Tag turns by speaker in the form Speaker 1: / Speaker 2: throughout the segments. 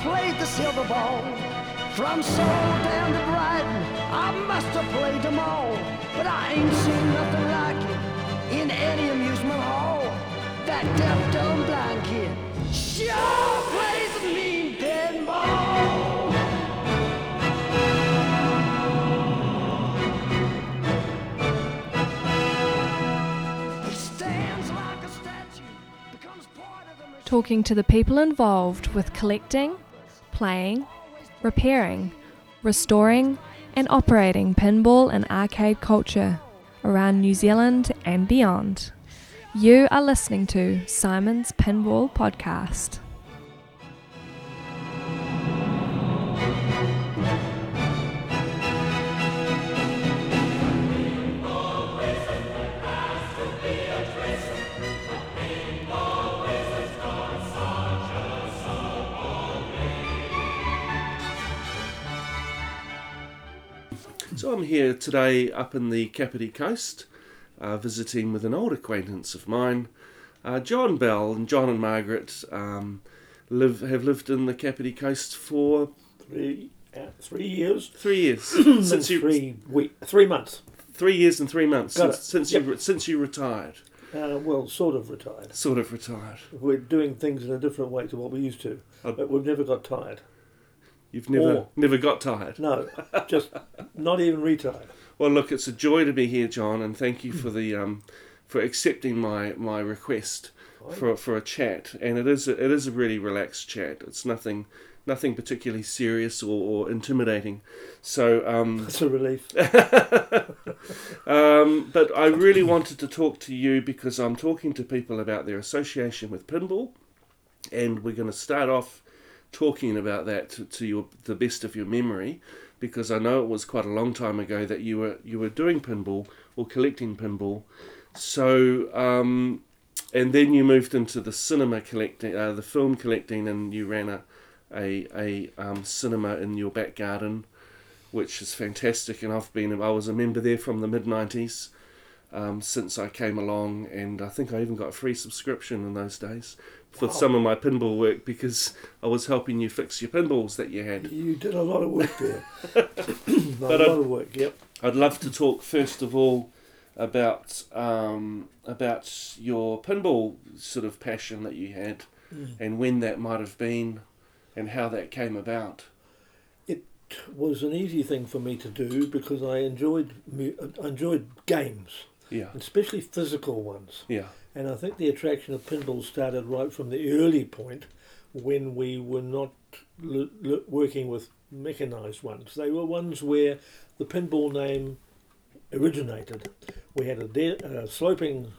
Speaker 1: played the silver ball. From Seoul down to Brighton, I must have played them all. But I ain't seen nothing like it in any amusement hall. That deaf, dumb, blind kid sure plays a mean dead ball. He stands like a statue, becomes part of the machine.
Speaker 2: talking to the people involved with collecting, playing, repairing, restoring, and operating pinball and arcade culture around New Zealand and beyond. You are listening to Simon's Pinball Podcast.
Speaker 3: So I'm here today up in the Kapiti Coast, uh, visiting with an old acquaintance of mine, uh, John Bell. And John and Margaret um, live have lived in the Kapiti Coast for
Speaker 4: three, uh, three years.
Speaker 3: three years
Speaker 4: Since
Speaker 3: since you
Speaker 4: three week, three months.
Speaker 3: three years and three months
Speaker 4: Got
Speaker 3: since,
Speaker 4: it.
Speaker 3: since
Speaker 4: Yep.
Speaker 3: you re- since you retired,
Speaker 4: Uh, well, sort of retired.
Speaker 3: sort of retired.
Speaker 4: We're doing things in a different way to what we used to,
Speaker 3: Uh,
Speaker 4: but we've never got tired.
Speaker 3: You've never
Speaker 4: Or-
Speaker 3: never got tired.
Speaker 4: No, just not even retired.
Speaker 3: Well, look, it's a joy to be here, John, and thank you for the um, for accepting my my request for for a chat. And it is a, it is a really relaxed chat. It's nothing nothing particularly serious or, or intimidating. So, um,
Speaker 4: It's a relief.
Speaker 3: um, but I really wanted to talk to you because I'm talking to people about their association with pinball, and we're going to start off talking about that to, to your the best of your memory, because I know it was quite a long time ago that you were you were doing pinball or collecting pinball, so. Um, and then you moved into the cinema collecting, uh, the film collecting, and you ran a, a, a um, cinema in your back garden which is fantastic. And I've been, I was a member there from the mid 90s um, since I came along, and I think I even got a free subscription in those days for some of my pinball work because I was helping you fix your pinballs that you had.
Speaker 4: You did a lot of work there. a
Speaker 3: But,
Speaker 4: lot
Speaker 3: um,
Speaker 4: of work. Yep.
Speaker 3: I'd love to talk first of all about um, about your pinball sort of passion that you had and when that might have been and how that came about.
Speaker 4: It was an easy thing for me to do because I enjoyed mu- I enjoyed games,
Speaker 3: Yeah.
Speaker 4: especially physical ones.
Speaker 3: Yeah.
Speaker 4: And I think the attraction of pinball started right from the early point when we were not l- l- working with mechanized ones. They were ones where the pinball name originated. We had a, de- a sloping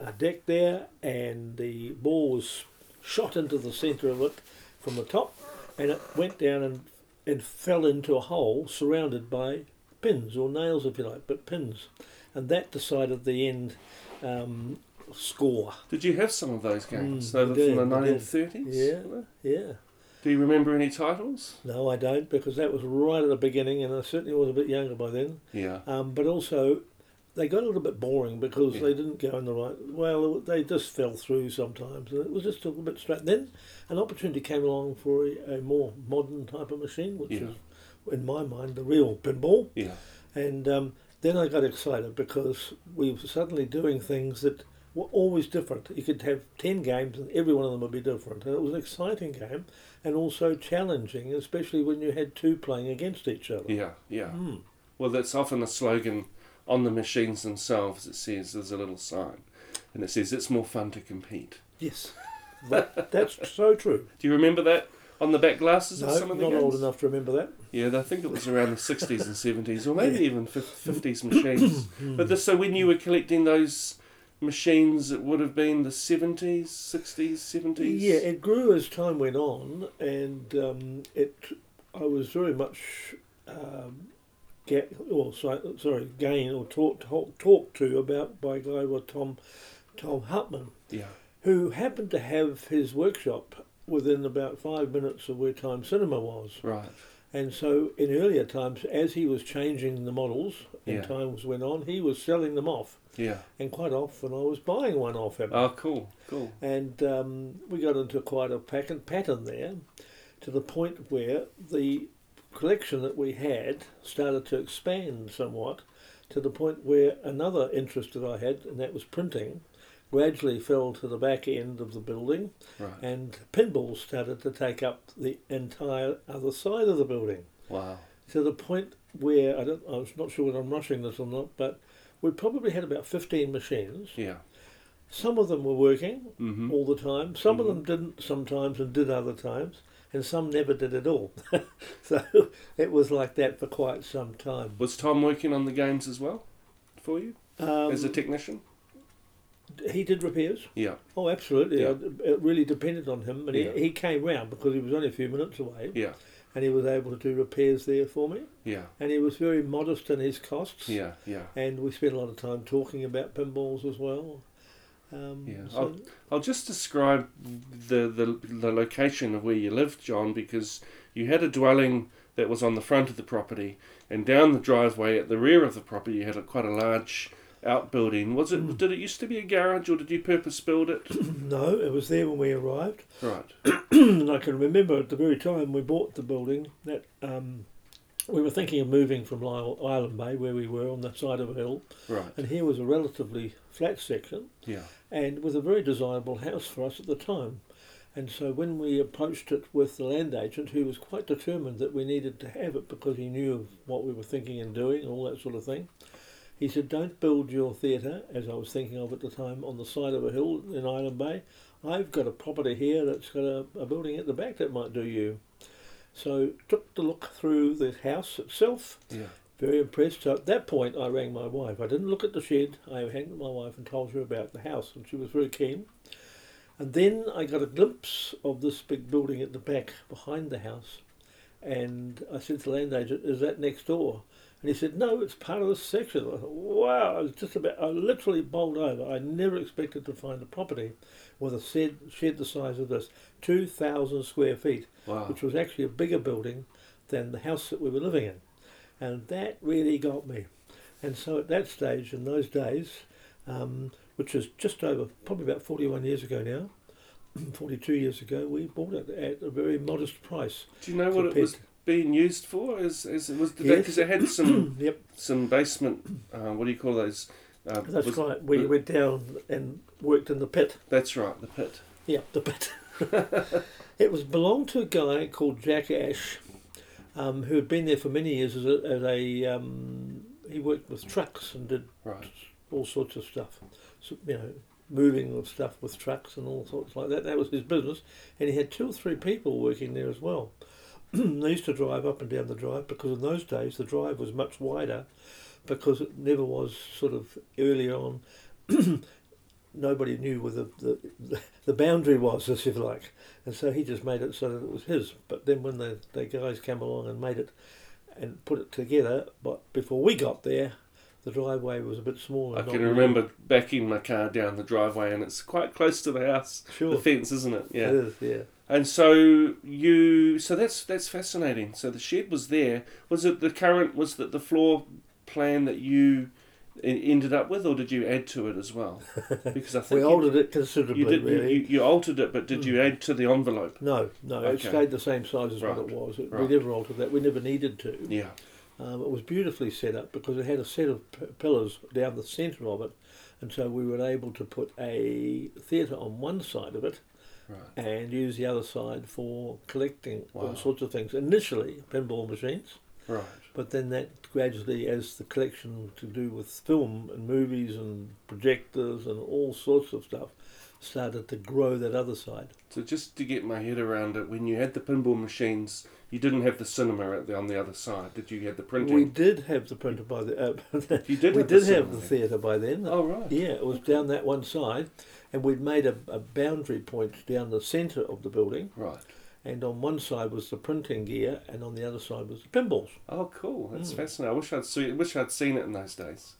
Speaker 4: uh, deck there, and the ball was shot into the centre of it from the top, and it went down and, and fell into a hole surrounded by pins or nails, if you like, but pins. And that decided the end um, score.
Speaker 3: Did you have some of those games?
Speaker 4: Mm,
Speaker 3: they were
Speaker 4: I did,
Speaker 3: from the
Speaker 4: I did.
Speaker 3: 1930s?
Speaker 4: Yeah.
Speaker 3: were they?
Speaker 4: Yeah.
Speaker 3: Do you remember any titles?
Speaker 4: No, I don't, because that was right at the beginning, and I certainly was a bit younger by then.
Speaker 3: Yeah.
Speaker 4: Um, but also, they got a little bit boring because they didn't go in the right. Well, they just fell through sometimes, and it was just a little bit straight. Then an opportunity came along for a, a more modern type of machine, which
Speaker 3: Yeah.
Speaker 4: is, in my mind, the real pinball.
Speaker 3: Yeah.
Speaker 4: And um, then I got excited because we were suddenly doing things that were always different. You could have 10 games and every one of them would be different. And it was an exciting game and also challenging, especially when you had two playing against each other.
Speaker 3: Yeah. Yeah.
Speaker 4: Hmm.
Speaker 3: Well, that's often a slogan on the machines themselves. It says there's a little sign, and it says it's more fun to compete.
Speaker 4: Yes. That, that's so true.
Speaker 3: Do you remember that on the back glasses of
Speaker 4: No,
Speaker 3: some of the
Speaker 4: not
Speaker 3: games?
Speaker 4: old enough to remember that.
Speaker 3: Yeah, I think it was around the 60s and 70s, or maybe even even fif- 50s machines.
Speaker 4: Hmm.
Speaker 3: but this, so when you were collecting those machines, it would have been the 70s, 60s, 70s.
Speaker 4: Yeah, it grew as time went on, and um, it. I was very much um, get or so, sorry, gained or talked talk, talked to about by a guy with Tom Tom Hartman,
Speaker 3: Yeah.
Speaker 4: who happened to have his workshop within about five minutes of where Time Cinema was,
Speaker 3: Right.
Speaker 4: and so in earlier times, as he was changing the models and
Speaker 3: Yeah.
Speaker 4: times went on, he was selling them off,
Speaker 3: Yeah.
Speaker 4: and quite often I was buying one off him
Speaker 3: Oh, cool. Cool.
Speaker 4: and um, we got into quite a pack and pattern there. to the point where the collection that we had started to expand somewhat to the point where another interest that I had, and that was printing, gradually fell to the back end of the building,
Speaker 3: Right.
Speaker 4: and pinball started to take up the entire other side of the building
Speaker 3: Wow.
Speaker 4: to the point where I don't, I was not sure whether I'm rushing this or not, but we probably had about 15 machines.
Speaker 3: Yeah.
Speaker 4: Some of them were working
Speaker 3: Mhm.
Speaker 4: all the time. Some of
Speaker 3: Mm-hmm.
Speaker 4: them didn't sometimes and did other times, and some never did at all. so it was like that for quite some time.
Speaker 3: Was Tom working on the games as well for you
Speaker 4: Um,
Speaker 3: as a technician?
Speaker 4: he did repairs.
Speaker 3: Yeah.
Speaker 4: Oh, absolutely.
Speaker 3: Yeah.
Speaker 4: It- It really depended on him, and
Speaker 3: Yeah.
Speaker 4: he, he came round because he was only a few minutes away,
Speaker 3: Yeah.
Speaker 4: and he was able to do repairs there for me.
Speaker 3: Yeah.
Speaker 4: And he was very modest in his costs.
Speaker 3: Yeah. Yeah.
Speaker 4: and we spent a lot of time talking about pinballs as well. Um,
Speaker 3: Yeah. Oh.
Speaker 4: so-
Speaker 3: I'll just describe the, the the location of where you lived, John, because you had a dwelling that was on the front of the property, and down the driveway at the rear of the property, you had a, quite a large outbuilding. Was
Speaker 4: Hmm.
Speaker 3: it? Did it used to be a garage, or did you purpose build it?
Speaker 4: no, it was there when we arrived.
Speaker 3: right.
Speaker 4: and I can remember at the very time we bought the building that um, we were thinking of moving from Lyle, Island Bay, where we were on the side of a hill,
Speaker 3: Right.
Speaker 4: and here was a relatively flat section,
Speaker 3: Yeah.
Speaker 4: and with a very desirable house for us at the time. And so when we approached it with the land agent, who was quite determined that we needed to have it because he knew of what we were thinking and doing, all that sort of thing, he said, Don't build your theatre, as I was thinking of at the time, on the side of a hill in Island Bay. I've got a property here that's got a, a building at the back that might do you. So took the look through the house itself,
Speaker 3: Yeah.
Speaker 4: very impressed. So at that point, I rang my wife. I didn't look at the shed. I rang my wife and told her about the house, and she was very keen. And then I got a glimpse of this big building at the back behind the house, and I said to the land agent, "Is that next door?" And he said, "No, it's part of this section." I thought, "Wow!" I was just about—I literally bowled over. I never expected to find a property with a shed, shed the size of this, two thousand square feet
Speaker 3: Wow.
Speaker 4: which was actually a bigger building than the house that we were living in. And that really got me. And so at that stage, in those days, um, which is just over, probably about 41 years ago now, 42 years ago, we bought it at a very modest price.
Speaker 3: Do you know what it was being used for? As as it was
Speaker 4: Yes.
Speaker 3: because it had some
Speaker 4: Yep,
Speaker 3: some basement. Uh, what do you call those? Uh,
Speaker 4: that's
Speaker 3: was-
Speaker 4: right. We went down and worked in the pit.
Speaker 3: That's right. The pit.
Speaker 4: Yeah, the pit. it was belonged to a guy called Jack Ash, um, who had been there for many years as a, as a um, he worked with trucks and did
Speaker 3: Right.
Speaker 4: all sorts of stuff, so, you know, moving of stuff with trucks and all sorts like that. That was his business, and he had two or three people working there as well. they used to drive up and down the drive because in those days the drive was much wider, because it never was sort of early on. Nobody knew where the, the the boundary was, as if like, and so he just made it so that it was his. But then when the, the guys came along and made it and put it together, but before we got there, the driveway was a bit smaller.
Speaker 3: I
Speaker 4: not
Speaker 3: can
Speaker 4: really-
Speaker 3: remember backing my car down the driveway, and it's quite close to the house.
Speaker 4: Sure.
Speaker 3: The fence, isn't it?
Speaker 4: It
Speaker 3: Yeah.
Speaker 4: is, yeah.
Speaker 3: And so you, so that's that's fascinating. So the shed was there. Was it the current? Was that the floor plan that you e- ended up with, or did you add to it as well? Because I think
Speaker 4: We
Speaker 3: you-
Speaker 4: altered it
Speaker 3: you,
Speaker 4: considerably,
Speaker 3: did. you-
Speaker 4: really. Hmm.
Speaker 3: You, you altered it, but did you add to the envelope?
Speaker 4: no, no, it
Speaker 3: Okay.
Speaker 4: stayed the same size as
Speaker 3: Right,
Speaker 4: what it was. It,
Speaker 3: right.
Speaker 4: We never altered that. We never needed to.
Speaker 3: Yeah.
Speaker 4: Um, it was beautifully set up because it had a set of p- pillars down the centre of it, and so we were able to put a theatre on one side of it
Speaker 3: Right.
Speaker 4: and use the other side for collecting
Speaker 3: Wow.
Speaker 4: all sorts of things. Initially, pinball machines,
Speaker 3: Right.
Speaker 4: But then that gradually, as the collection to do with film and movies and projectors and all sorts of stuff, started to grow that other side.
Speaker 3: So just to get my head around it, when you had the pinball machines, you didn't have the cinema at the, on the other side. Did you? you had the printing?
Speaker 4: We did have the printer by the. Uh,
Speaker 3: You did
Speaker 4: we
Speaker 3: have the
Speaker 4: did
Speaker 3: cinema
Speaker 4: have the
Speaker 3: then.
Speaker 4: theatre by then.
Speaker 3: Oh right.
Speaker 4: Yeah, it was down that one side, and we'd made a, a boundary point down the centre of the building,
Speaker 3: Right.
Speaker 4: and on one side was the printing gear, and on the other side was the pinballs.
Speaker 3: Oh, cool!
Speaker 4: Hmm.
Speaker 3: That's fascinating. I wish I'd see, wish I'd seen it in those days.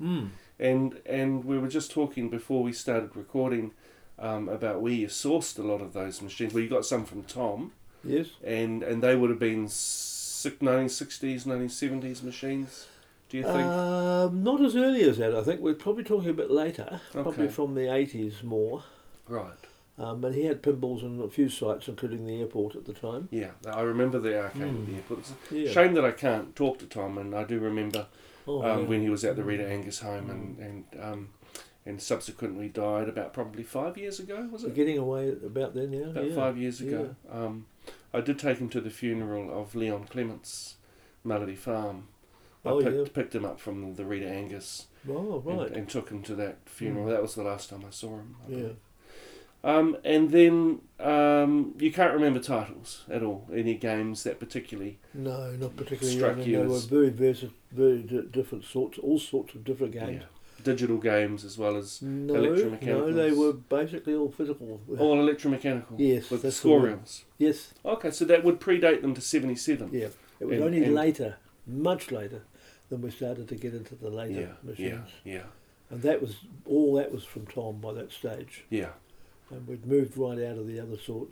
Speaker 3: And and we were just talking before we started recording um, about where you sourced a lot of those machines. Well, you got some from Tom,
Speaker 4: Yes.
Speaker 3: and and they would have been nineteen sixties, nineteen seventies machines. Do you think?
Speaker 4: Um, not as early as that, I think. We're probably talking a bit later,
Speaker 3: Okay.
Speaker 4: probably from the 80s more.
Speaker 3: right.
Speaker 4: Um, and he had pinballs in a few sites, including the airport at the time.
Speaker 3: Yeah, I remember the arcade at the airport. It's a
Speaker 4: hmm. Yeah.
Speaker 3: Shame that I can't talk to Tom, and I do remember
Speaker 4: Oh,
Speaker 3: um,
Speaker 4: yeah. Hmm.
Speaker 3: when he was at the Rita Angus home and and um, and subsequently died about probably five years ago. Was it
Speaker 4: Getting away about then, yeah.
Speaker 3: about
Speaker 4: yeah.
Speaker 3: five years ago? Um, I did take him to the funeral of Leon Clements, Melody Farm. I
Speaker 4: Oh,
Speaker 3: picked,
Speaker 4: yeah.
Speaker 3: picked him up from the Rita Angus
Speaker 4: Oh,
Speaker 3: and-
Speaker 4: right. Mm.
Speaker 3: and, took him to that funeral. That was the last time I saw him. I
Speaker 4: yeah.
Speaker 3: believe. Um, and then um, you can't remember titles at all. Any games that particularly
Speaker 4: No, not particularly.
Speaker 3: Struck
Speaker 4: I mean,
Speaker 3: you
Speaker 4: there were
Speaker 3: as-
Speaker 4: very, versi- very di different sorts, all sorts of different games.
Speaker 3: Yeah. Digital games as well as
Speaker 4: No,
Speaker 3: Electromechanicals.
Speaker 4: no, they were basically all physical.
Speaker 3: all electromechanical.
Speaker 4: Yes,
Speaker 3: With
Speaker 4: that's the
Speaker 3: score
Speaker 4: word.
Speaker 3: reels.
Speaker 4: Yes,
Speaker 3: Okay, so that would predate them to 77.
Speaker 4: yeah. It was
Speaker 3: And-
Speaker 4: only
Speaker 3: and-
Speaker 4: later, much later, than we started to get into the
Speaker 3: Yeah,
Speaker 4: later
Speaker 3: yeah,
Speaker 4: machines.
Speaker 3: yeah, yeah,
Speaker 4: And that was all that was from Tom by that stage.
Speaker 3: yeah.
Speaker 4: And we'd moved right out of the other sort.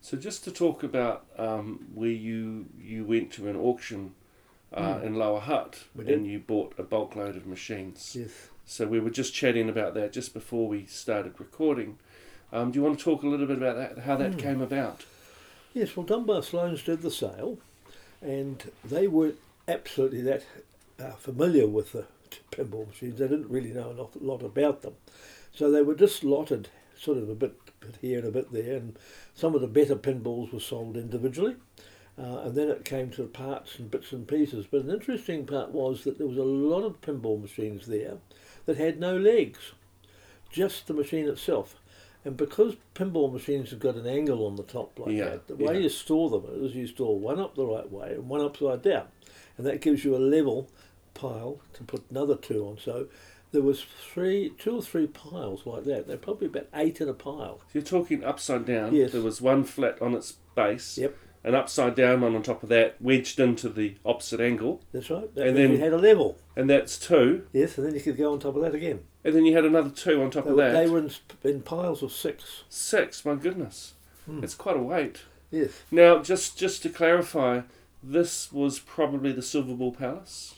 Speaker 3: So just to talk about um, where you you went to an auction uh, in Lower Hutt
Speaker 4: Hmm. We did.
Speaker 3: and you bought a bulk load of machines.
Speaker 4: Yes.
Speaker 3: So we were just chatting about that just before we started recording. Um, do you want to talk a little bit about that, how
Speaker 4: Hmm.
Speaker 3: that came about?
Speaker 4: Yes, well, Dunbar Sloane's did the sale, and they weren't absolutely that uh, familiar with the t- pinball machines. They didn't really know an awful lot about them. So they were just lotted, sort of a bit, bit here and a bit there, and some of the better pinballs were sold individually. Uh, and then it came to parts and bits and pieces. But an interesting part was that there was a lot of pinball machines there that had no legs, just the machine itself. And because pinball machines have got an angle on the top like
Speaker 3: Yeah,
Speaker 4: that, the way
Speaker 3: yeah.
Speaker 4: you store them is you store one up the right way and one upside down. And that gives you a level pile to put another two on. So there was three, two or three piles like that. They're probably about eight in a pile.
Speaker 3: So you're talking upside down.
Speaker 4: Yes.
Speaker 3: There was one flat on its base.
Speaker 4: Yep.
Speaker 3: An upside down one on top of that, wedged into the opposite angle,
Speaker 4: That's right. That
Speaker 3: And
Speaker 4: means you
Speaker 3: then-
Speaker 4: had a level.
Speaker 3: and that's two.
Speaker 4: Yes, and then you could go on top of that again.
Speaker 3: And then you had another two on top
Speaker 4: They
Speaker 3: of
Speaker 4: were,
Speaker 3: that.
Speaker 4: they were in, in piles of six.
Speaker 3: Six, my goodness.
Speaker 4: Hmm.
Speaker 3: It's quite a weight.
Speaker 4: Yes.
Speaker 3: Now, just just to clarify, this was probably the Silver Ball Palace,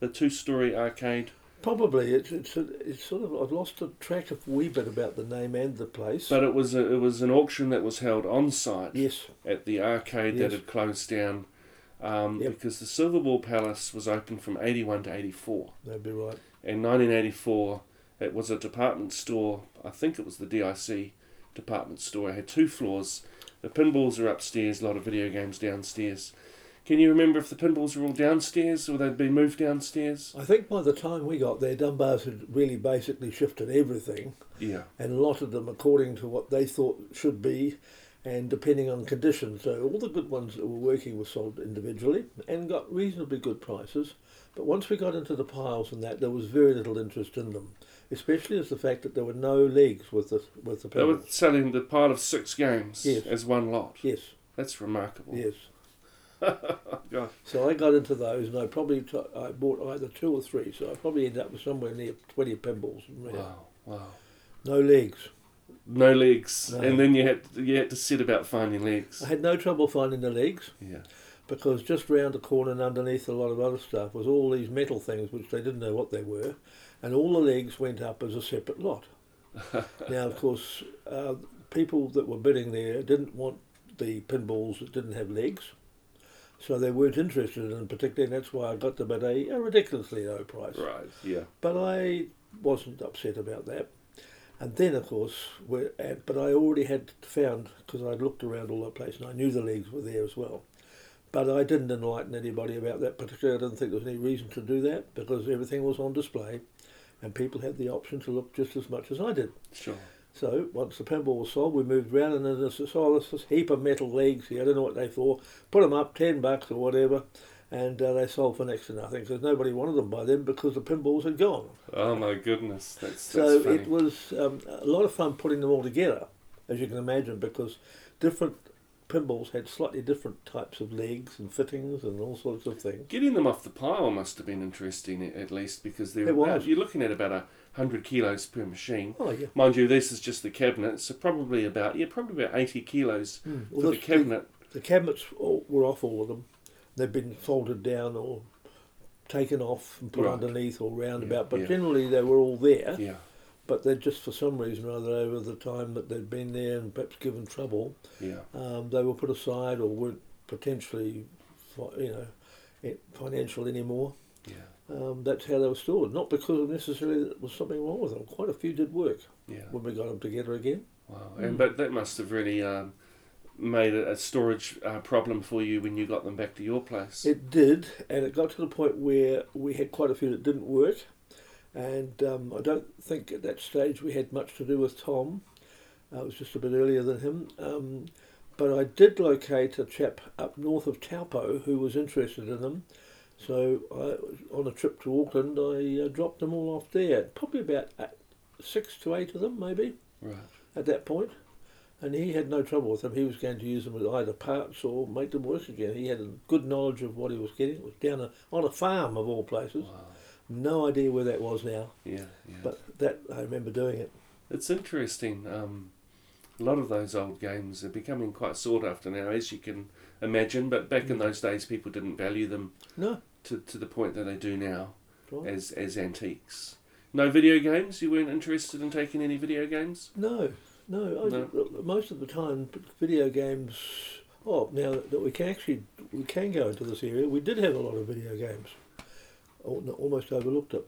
Speaker 3: the two-story arcade.
Speaker 4: Probably it's it's, a, it's sort of I've lost a track of wee bit about the name and the place.
Speaker 3: But it was a, it was an auction that was held on site
Speaker 4: yes,
Speaker 3: at the arcade
Speaker 4: Yes.
Speaker 3: that had closed down um,
Speaker 4: Yep.
Speaker 3: because the Silver Ball Palace was open from eighty one to eighty four.
Speaker 4: that'd be right.
Speaker 3: In nineteen eighty four, it was a department store. I think it was the DIC department store. It had two floors. The pinballs are upstairs. A lot of video games downstairs. Can you remember if the pinballs were all downstairs or they'd been moved downstairs?
Speaker 4: I think by the time we got there, Dunbar's had really basically shifted everything
Speaker 3: Yeah.
Speaker 4: and lotted them according to what they thought should be, and depending on conditions. So all the good ones that were working were sold individually and got reasonably good prices. But once we got into the piles and that, there was very little interest in them, especially as the fact that there were no legs with the with the
Speaker 3: They were
Speaker 4: pedals.
Speaker 3: selling the pile of six games
Speaker 4: Yes.
Speaker 3: as one lot.
Speaker 4: Yes,
Speaker 3: That's remarkable.
Speaker 4: yes.
Speaker 3: Gosh.
Speaker 4: So I got into those, and I probably t- I bought either two or three. So I probably ended up with somewhere near twenty pinballs.
Speaker 3: Wow. Wow.
Speaker 4: No legs.
Speaker 3: No legs,
Speaker 4: No.
Speaker 3: and then you had you had to sit about finding legs.
Speaker 4: I had no trouble finding the legs
Speaker 3: Yeah.
Speaker 4: because just round the corner and underneath a lot of other stuff was all these metal things which they didn't know what they were, and all the legs went up as a separate lot. now, of course, uh, people that were bidding there didn't want the pinballs that didn't have legs, so they weren't interested in them particularly, and that's why I got them at a, a ridiculously low price.
Speaker 3: Right. Yeah.
Speaker 4: But I wasn't upset about that. And then, of course, we're at, but I already had found, because I'd looked around all the place and I knew the leagues were there as well. But I didn't enlighten anybody about that particularly. I didn't think there was any reason to do that because everything was on display and people had the option to look just as much as I did.
Speaker 3: Sure.
Speaker 4: So once the pinball was sold, we moved round and then I saw this, this heap of metal legs here. I don't know what they for. Put them up, ten bucks or whatever, and uh, they sold for next to nothing because nobody wanted them by then because the pinballs had gone.
Speaker 3: Oh my goodness. That's that's
Speaker 4: So
Speaker 3: funny.
Speaker 4: it was um, a lot of fun putting them all together, as you can imagine, because different pinballs had slightly different types of legs and fittings and all sorts of things.
Speaker 3: Getting them off the pile must have been interesting, a- at least because they're
Speaker 4: It was.
Speaker 3: about- you're looking at about a hundred kilos per machine.
Speaker 4: Oh yeah.
Speaker 3: Mind you, this is just the cabinet, so probably about yeah, probably about eighty kilos
Speaker 4: Hmm. Well,
Speaker 3: for the
Speaker 4: that's-
Speaker 3: cabinet.
Speaker 4: The cabinets all, were off all of them. They've been folded down or taken off and put
Speaker 3: Right.
Speaker 4: underneath or roundabout, but
Speaker 3: yeah.
Speaker 4: generally they were all there.
Speaker 3: Yeah.
Speaker 4: but they just for some reason or other over the time that they'd been there and perhaps given trouble,
Speaker 3: Yeah.
Speaker 4: um, they were put aside or weren't potentially, fi- you know, eh, financial anymore.
Speaker 3: Yeah.
Speaker 4: Um, that's how they were stored. Not because necessarily there was something wrong with them. Quite a few did work
Speaker 3: Yeah.
Speaker 4: when we got them together again.
Speaker 3: Wow.
Speaker 4: Mm.
Speaker 3: And but that must have really um, made a, a storage uh, problem for you when you got them back to your place.
Speaker 4: It did, and it got to the point where we had quite a few that didn't work, and um, I don't think at that stage we had much to do with Tom. Uh, it was just a bit earlier than him, um, but I did locate a chap up north of Taupo who was interested in them. So I, on a trip to Auckland, I uh, dropped them all off there. Probably about uh, six to eight of them, maybe
Speaker 3: Right.
Speaker 4: at that point, and he had no trouble with them. He was going to use them with either parts or make them work again. He had a good knowledge of what he was getting. It was down a, on a farm of all places.
Speaker 3: Wow.
Speaker 4: No idea where that was now,
Speaker 3: Yeah. Yeah.
Speaker 4: but that I remember doing it.
Speaker 3: It's interesting. Um, a lot of those old games are becoming quite sought after now, as you can imagine. But back
Speaker 4: Mm.
Speaker 3: in those days, people didn't value them
Speaker 4: No,
Speaker 3: to, to the point that they do now
Speaker 4: right.
Speaker 3: as as antiques. No video games. You weren't interested in taking any video games.
Speaker 4: no, no. I, Most of the time, video games. Oh, now that we can actually we can go into this area, we did have a lot of video games. Al- Almost overlooked it.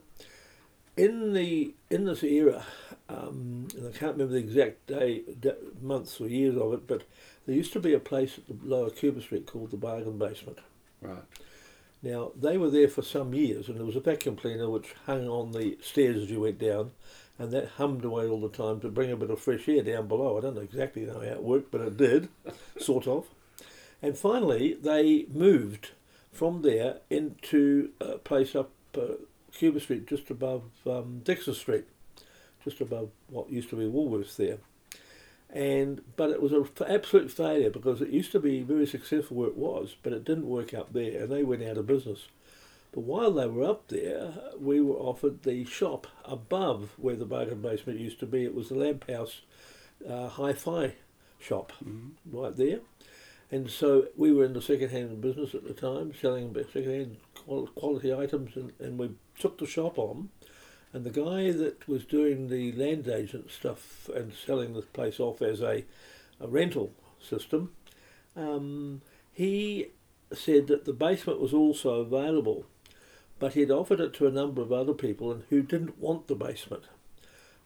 Speaker 4: in the in this era, um, and I can't remember the exact day, da months or years of it, but there used to be a place at the lower Cuba Street called the Bargain Basement.
Speaker 3: Right.
Speaker 4: Now they were there for some years, and there was a vacuum cleaner which hung on the stairs as you went down, and that hummed away all the time to bring a bit of fresh air down below. I don't know exactly how it worked, but it did, sort of. And finally, they moved from there into a place up uh, Cuba Street, just above um, Dexter Street, just above what used to be Woolworths there. And but it was an absolute failure because it used to be very successful where it was, but it didn't work up there, and they went out of business. But while they were up there, we were offered the shop above where the bargain basement used to be. It was the Lamp House uh, hi-fi shop right there. And so we were in the second-hand business at the time, selling second-hand qual- quality items, and, and we took the shop on. And the guy that was doing the land agent stuff and selling this place off as a, a rental system, um, he said that the basement was also available, but he'd offered it to a number of other people and who didn't want the basement.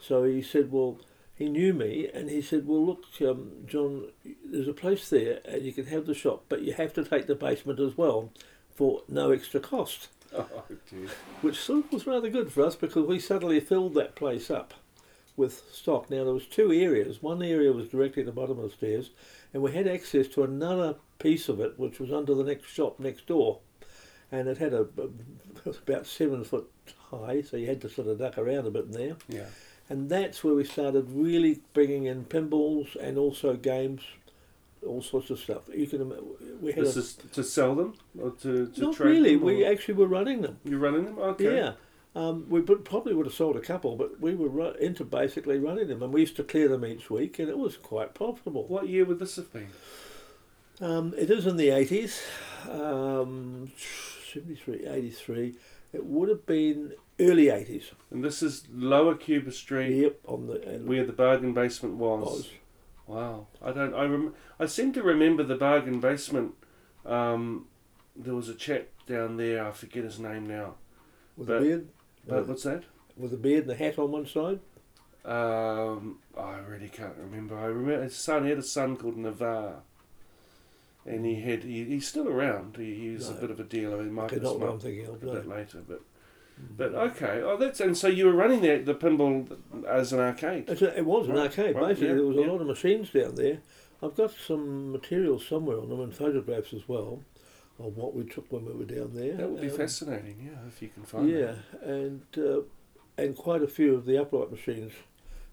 Speaker 4: So he said, well, he knew me, and he said, well, look, um, John, there's a place there, and you can have the shop, but you have to take the basement as well for no extra cost
Speaker 3: Oh, dear.
Speaker 4: which sort of was rather good for us because we suddenly filled that place up with stock. Now there was two areas. One area was directly at the bottom of the stairs, and we had access to another piece of it, which was under the next shop next door, and it had a it was about seven foot high, so you had to sort of duck around a bit in there.
Speaker 3: Yeah.
Speaker 4: And that's where we started really bringing in pinballs and also games, all sorts of stuff. You can im- we had
Speaker 3: This
Speaker 4: a,
Speaker 3: is to sell them or to, to
Speaker 4: not
Speaker 3: trade
Speaker 4: really.
Speaker 3: them. or-
Speaker 4: We actually were running them.
Speaker 3: You're running them. Okay.
Speaker 4: Yeah. Um, we would, probably would have sold a couple, but we were ru- into basically running them, and we used to clear them each week, and it was quite profitable.
Speaker 3: What year would this have been?
Speaker 4: Um, it is in the 80s, um, 73, 83. It would have been early 80s.
Speaker 3: And this is Lower Cuba Street,
Speaker 4: Yep, on the and
Speaker 3: where the bargain basement was.
Speaker 4: was.
Speaker 3: Wow. I don't. I rem, I seem to remember the bargain basement. Um, there was a chap down there. I forget his name now.
Speaker 4: with
Speaker 3: but-
Speaker 4: a beard,
Speaker 3: But what's that?
Speaker 4: with a beard and a hat on one side.
Speaker 3: Um, I really can't remember. I remember his son. He had a son called Navarre. And he had. He, he's still around. He, he was a
Speaker 4: No.
Speaker 3: bit of a dealer. He might
Speaker 4: Okay,
Speaker 3: have
Speaker 4: not what I'm
Speaker 3: smoked
Speaker 4: thinking of.
Speaker 3: a bit
Speaker 4: No. Mm.
Speaker 3: later, but. But okay, oh, that's and so you were running the the pinball as an arcade.
Speaker 4: It's a, it was an
Speaker 3: Right,
Speaker 4: arcade.
Speaker 3: right,
Speaker 4: Basically,
Speaker 3: yeah,
Speaker 4: there was
Speaker 3: yeah.
Speaker 4: a lot of machines down there. I've got some material somewhere on them and photographs as well of what we took when we were down there.
Speaker 3: That would be
Speaker 4: Um,
Speaker 3: fascinating, yeah, if you can find. that.
Speaker 4: Yeah, and uh, and quite a few of the upright machines,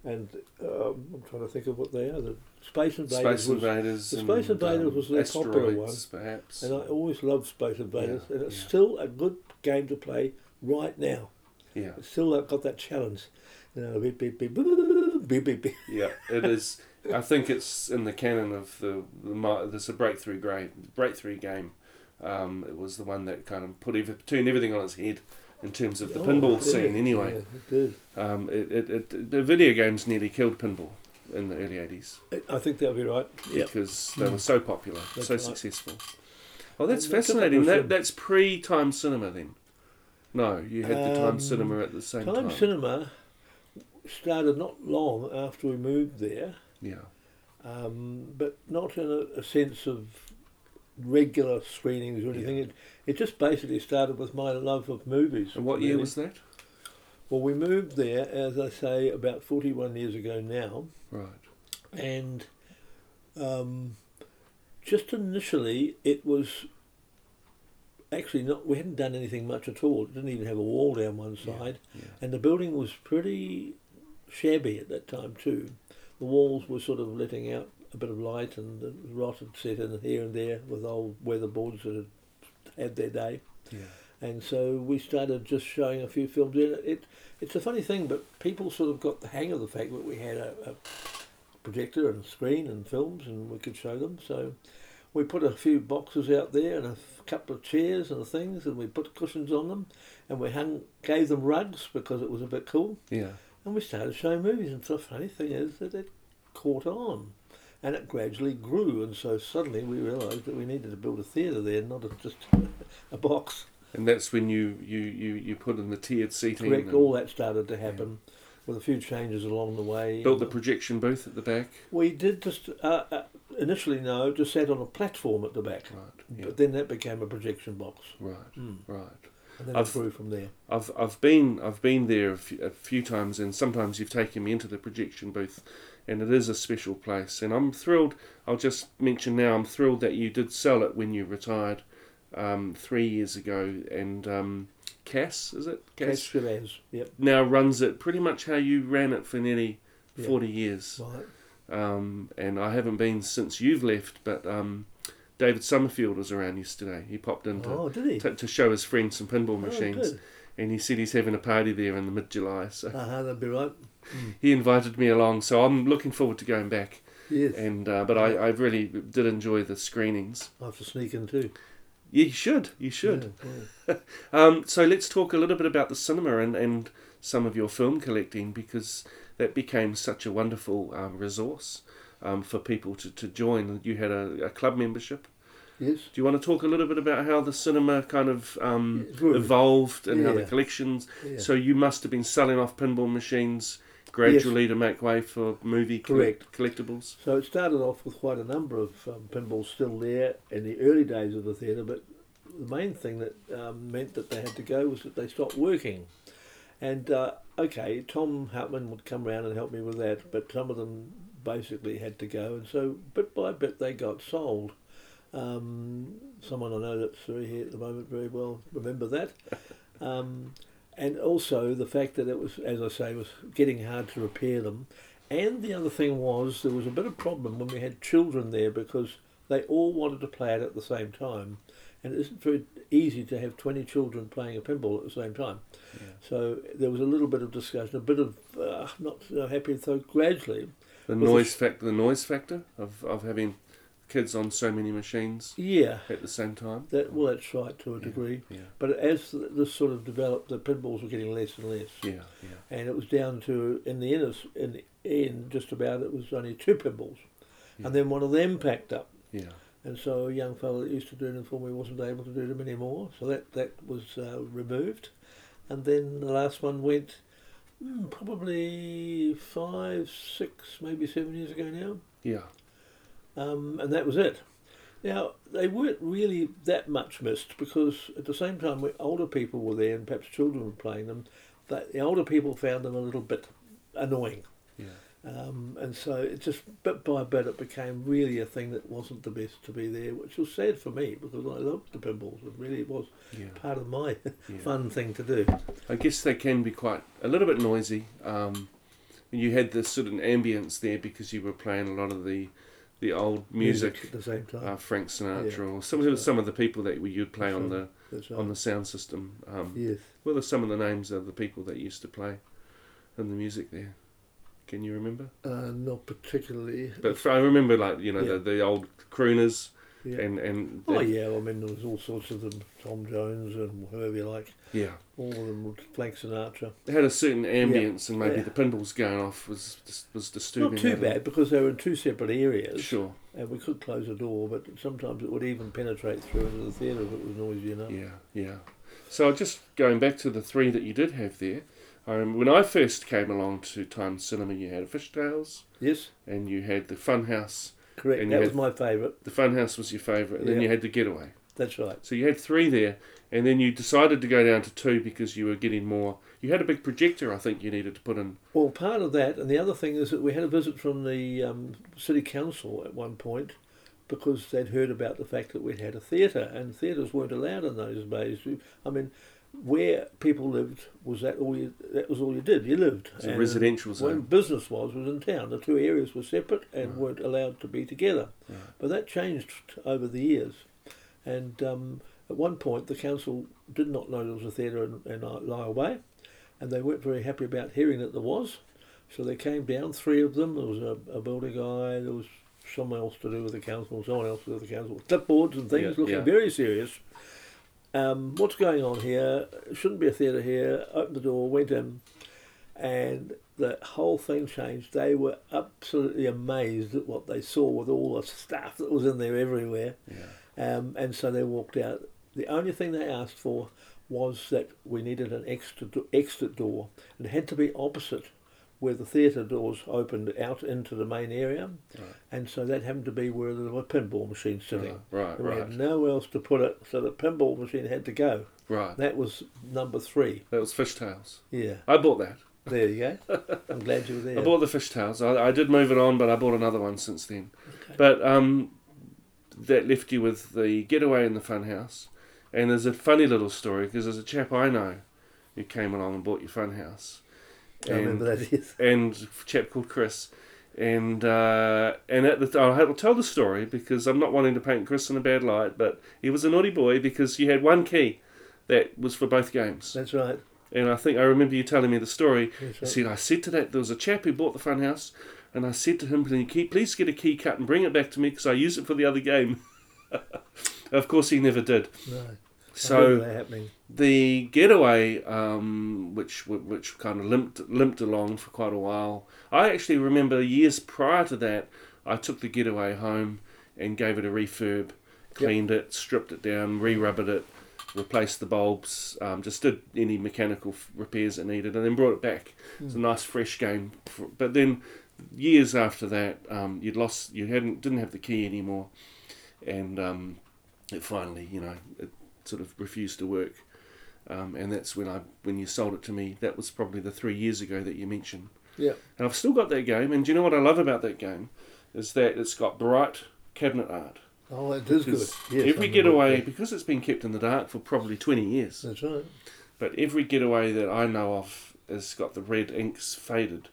Speaker 4: and um, I'm trying to think of what they are. The Space Invaders.
Speaker 3: Space
Speaker 4: was-
Speaker 3: Invaders.
Speaker 4: the
Speaker 3: and, um,
Speaker 4: Space Invaders was their popular one.
Speaker 3: asteroids, perhaps.
Speaker 4: and I always loved Space Invaders,
Speaker 3: Yeah,
Speaker 4: and it's
Speaker 3: yeah.
Speaker 4: still a good game to play right now.
Speaker 3: yeah,
Speaker 4: It's still got that challenge, you know, beep beep beep beep beep beep. beep.
Speaker 3: yeah, it is. I think it's in the canon of the, the mi- there's a breakthrough game. Breakthrough game. Um, it was the one that kind of put every, turned everything on its head in terms of the
Speaker 4: Oh,
Speaker 3: pinball
Speaker 4: it did.
Speaker 3: scene, anyway.
Speaker 4: Yeah, it did.
Speaker 3: Um, it, it, it, the video games nearly killed pinball in the early 80s
Speaker 4: It- I think that'd be right.
Speaker 3: because they were so popular,
Speaker 4: That's
Speaker 3: so
Speaker 4: right.
Speaker 3: successful. Oh, that's
Speaker 4: And they took
Speaker 3: fascinating.
Speaker 4: up with
Speaker 3: That,
Speaker 4: them.
Speaker 3: that's pre time cinema then. No, you had the time
Speaker 4: Um,
Speaker 3: cinema at the same time.
Speaker 4: Time Cinema started not long after we moved there,
Speaker 3: yeah,
Speaker 4: um, but not in a, a sense of regular screenings or anything. It, it just basically started with my love of movies.
Speaker 3: and what year
Speaker 4: really.
Speaker 3: was that?
Speaker 4: Well, we moved there, as I say, about 41 years ago now,
Speaker 3: Right.
Speaker 4: and um, just initially it was actually not, we hadn't done anything much at all. It didn't even have a wall down one side.
Speaker 3: Yeah.
Speaker 4: And the building was pretty shabby at that time too. The walls were sort of letting out a bit of light, and the rot had set in here and there with old weatherboards that had had their day.
Speaker 3: Yeah.
Speaker 4: And so we started just showing a few films. in It, it it's a funny thing, but people sort of got the hang of the fact that we had a, a projector and screen and films, and we could show them. So we put a few boxes out there and a f- couple of chairs and things, and we put cushions on them, and we hung gave them rugs because it was a bit cool.
Speaker 3: Yeah.
Speaker 4: And we started showing movies, and the funny thing is that it caught on, and it gradually grew. And so suddenly we realised that we needed to build a theatre there, not a, just a box.
Speaker 3: And that's when you, you, you, you put in the tiered seating
Speaker 4: Correct.
Speaker 3: and
Speaker 4: All that started to happen, with a few changes along the way.
Speaker 3: built the projection booth at the back.
Speaker 4: we did just uh, uh, initially no, just sat on a platform at the back,
Speaker 3: Right. Yeah.
Speaker 4: but then that became a projection box,
Speaker 3: Right.
Speaker 4: Mm.
Speaker 3: Right.
Speaker 4: and then
Speaker 3: I've-
Speaker 4: it grew from there.
Speaker 3: I've I've been I've been there a few, a few times, and sometimes you've taken me into the projection booth, and it is a special place. And I'm thrilled. I'll just mention now. I'm thrilled that you did sell it when you retired, um, three years ago. And um, Cass is it?
Speaker 4: Cash Shiraz. Yep.
Speaker 3: now runs it pretty much how you ran it for nearly
Speaker 4: Yeah.
Speaker 3: forty years.
Speaker 4: Right.
Speaker 3: Um, and I haven't been since you've left, but um, David Summerfield was around yesterday. He popped in to,
Speaker 4: Oh, did he?
Speaker 3: to, to show his friends some pinball
Speaker 4: Oh,
Speaker 3: machines
Speaker 4: good.
Speaker 3: and he said he's having a party there in the mid July. So
Speaker 4: Uh-huh, that'd be right.
Speaker 3: he invited me along. So I'm looking forward to going back.
Speaker 4: Yes.
Speaker 3: And uh, but I, I really did enjoy the screenings.
Speaker 4: I have to sneak in too.
Speaker 3: Yeah, you should. You should.
Speaker 4: Yeah, yeah.
Speaker 3: Um, so let's talk a little bit about the cinema and, and some of your film collecting because that became such a wonderful um, resource um, for people to, to join. You had a, a club membership.
Speaker 4: Yes.
Speaker 3: Do you want to talk a little bit about how the cinema kind of um,
Speaker 4: It grew.
Speaker 3: evolved and how the
Speaker 4: Yeah.
Speaker 3: collections?
Speaker 4: Yeah.
Speaker 3: So you must have been selling off pinball machines gradually to make way for movie collect- collectibles.
Speaker 4: So it started off with quite a number of um, pinballs still there in the early days of the theatre, but the main thing that um, meant that they had to go was that they stopped working. And uh, okay, Tom Hartman would come round and help me with that, but some of them basically had to go, and so bit by bit they got sold. Um, someone I know that's very here at the moment very well remember that. Um, and also the fact that it was, as I say, was getting hard to repair them. And the other thing was there was a bit of problem when we had children there because they all wanted to play it at the same time, and it isn't very easy to have twenty children playing a pinball at the same time. So there was a little bit of discussion, a bit of uh, not so happy. So gradually,
Speaker 3: The
Speaker 4: Well, the-
Speaker 3: noise factor, the noise factor of, of having kids on so many machines
Speaker 4: yeah,
Speaker 3: at the same time.
Speaker 4: that well, that's right to a degree.
Speaker 3: Yeah,
Speaker 4: But as th- this sort of developed, the pinballs were getting less and less.
Speaker 3: yeah, yeah.
Speaker 4: and it was down to in the end, in the end just about it was only two pinballs, and then one of them packed up,
Speaker 3: Yeah,
Speaker 4: and so a young fellow that used to do them for me wasn't able to do them anymore, so that that was uh, removed, and then the last one went hmm, probably five, six, maybe seven years ago now
Speaker 3: yeah,
Speaker 4: um, and that was it. Now they weren't really that much missed because at the same time, when older people were there and perhaps children were playing them, that the older people found them a little bit annoying,
Speaker 3: yeah,
Speaker 4: um, and so it just bit by bit it became really a thing that wasn't the best to be there, which was sad for me because I loved the pinballs. It really was
Speaker 3: yeah.
Speaker 4: part of my
Speaker 3: Yeah.
Speaker 4: fun thing to do.
Speaker 3: I guess they can be quite a little bit noisy. Um, and you had this sort of ambience there because you were playing a lot of the the old music
Speaker 4: at the same time.
Speaker 3: uh, Frank Sinatra
Speaker 4: Yeah.
Speaker 3: or some of the- some of the people that we- you'd play on the
Speaker 4: That's
Speaker 3: on the
Speaker 4: right.
Speaker 3: sound system. Um,
Speaker 4: yes.
Speaker 3: What are some of the names of the people that used to play in the music there? Can you remember?
Speaker 4: Uh, not particularly.
Speaker 3: But I remember like you know
Speaker 4: Yeah.
Speaker 3: the, the old crooners
Speaker 4: Yeah.
Speaker 3: and and
Speaker 4: Oh
Speaker 3: that-
Speaker 4: yeah, I mean there was all sorts of them, Tom Jones and whoever you like,
Speaker 3: yeah.
Speaker 4: all of them would Frank Sinatra.
Speaker 3: It had a certain ambience, and maybe
Speaker 4: Yeah.
Speaker 3: the pinballs going off was was disturbing.
Speaker 4: Not too
Speaker 3: that.
Speaker 4: bad because they were in two separate areas,
Speaker 3: Sure.
Speaker 4: and we could close the door, but sometimes it would even penetrate through into the theatre if it was noisy enough.
Speaker 3: Yeah, yeah. So just going back to the three that you did have there, um, when I first came along to Time Cinema, you had a Fishtails,
Speaker 4: Yes,
Speaker 3: and you had the Funhouse.
Speaker 4: correct.
Speaker 3: And you
Speaker 4: that was
Speaker 3: had-
Speaker 4: my favourite.
Speaker 3: The Funhouse was your favourite, and then
Speaker 4: Yeah.
Speaker 3: you had the Getaway.
Speaker 4: That's right.
Speaker 3: So you had three there, and then you decided to go down to two because you were getting more. You had a big projector, I think you needed to put in. uh,
Speaker 4: Well, part of that, and the other thing is that we had a visit from the um, city council at one point because they'd heard about the fact that we'd had a theatre, and theatres weren't allowed in those days. We- I mean, where people lived was that all you that was all you did. You lived.
Speaker 3: It's a residential
Speaker 4: Where
Speaker 3: zone.
Speaker 4: business was was in town. The two areas were separate and
Speaker 3: Right.
Speaker 4: weren't allowed to be together.
Speaker 3: Right.
Speaker 4: But that changed over the years, and um, at one point the council did not know there was a theatre in, in Lisle Way, and they weren't very happy about hearing that there was. So they came down, three of them. There was a, a builder guy. There was someone else to do with the council, someone else to do with the council, clipboards and things,
Speaker 3: Yeah,
Speaker 4: looking
Speaker 3: yeah.
Speaker 4: very serious. Um, what's going on here? Shouldn't be a theatre here. Opened the door, went in, and the whole thing changed. They were absolutely amazed at what they saw with all the stuff that was in there everywhere.
Speaker 3: Yeah.
Speaker 4: Um, and so they walked out. The only thing they asked for was that we needed an exit, do- exit door, and it had to be opposite where the theatre doors opened out into the main area.
Speaker 3: Right.
Speaker 4: And so that happened to be where there were pinball machines sitting.
Speaker 3: Right,
Speaker 4: And we
Speaker 3: right,
Speaker 4: had nowhere else to put it, so the pinball machine had to go.
Speaker 3: right.
Speaker 4: That was number three.
Speaker 3: That was Fishtails.
Speaker 4: Yeah,
Speaker 3: I bought that.
Speaker 4: there you go. I'm glad you were there.
Speaker 3: I bought the fishtails. I, I did move it on, but I bought another one since then. But um, that left you with the getaway in the funhouse. And there's a funny little story because there's a chap I know who came along and bought your funhouse.
Speaker 4: I remember that. Yes.
Speaker 3: And a chap called Chris. And uh, and at the I'll tell the story because I'm not wanting to paint Chris in a bad light, but he was a naughty boy because you had one key that was for both games.
Speaker 4: That's right.
Speaker 3: And I think I remember you telling me the story.
Speaker 4: That's
Speaker 3: I
Speaker 4: right.
Speaker 3: said, I said to that, there was a chap who bought the fun house, and I said to him, "Can you keep- please get a key cut and bring it back to me because I use it for the other game. of course, he never did.
Speaker 4: No, I remember
Speaker 3: So
Speaker 4: that happening.
Speaker 3: the getaway, um, which which kind of limped limped along for quite a while. I actually remember years prior to that, I took the getaway home and gave it a refurb, cleaned it, stripped it down, re-rubbed it, replaced the bulbs, um, just did any mechanical f- repairs it needed, and then brought it back. It's a nice fresh game. For, but then years after that, um, you'd lost, you hadn't didn't have the key anymore, and um, it finally, you know, it sort of refused to work. Um, and that's when I when you sold it to me. That was probably the three years ago that you mentioned.
Speaker 4: Yeah.
Speaker 3: And I've still got that game. And do you know what I love about that game? Is that it's got bright cabinet art.
Speaker 4: Oh, it is good.
Speaker 3: Because
Speaker 4: Yes, I
Speaker 3: every
Speaker 4: remember
Speaker 3: getaway,
Speaker 4: that.
Speaker 3: because it's been kept in the dark for probably 20 years,
Speaker 4: That's right.
Speaker 3: but every getaway that I know of has got the red inks faded.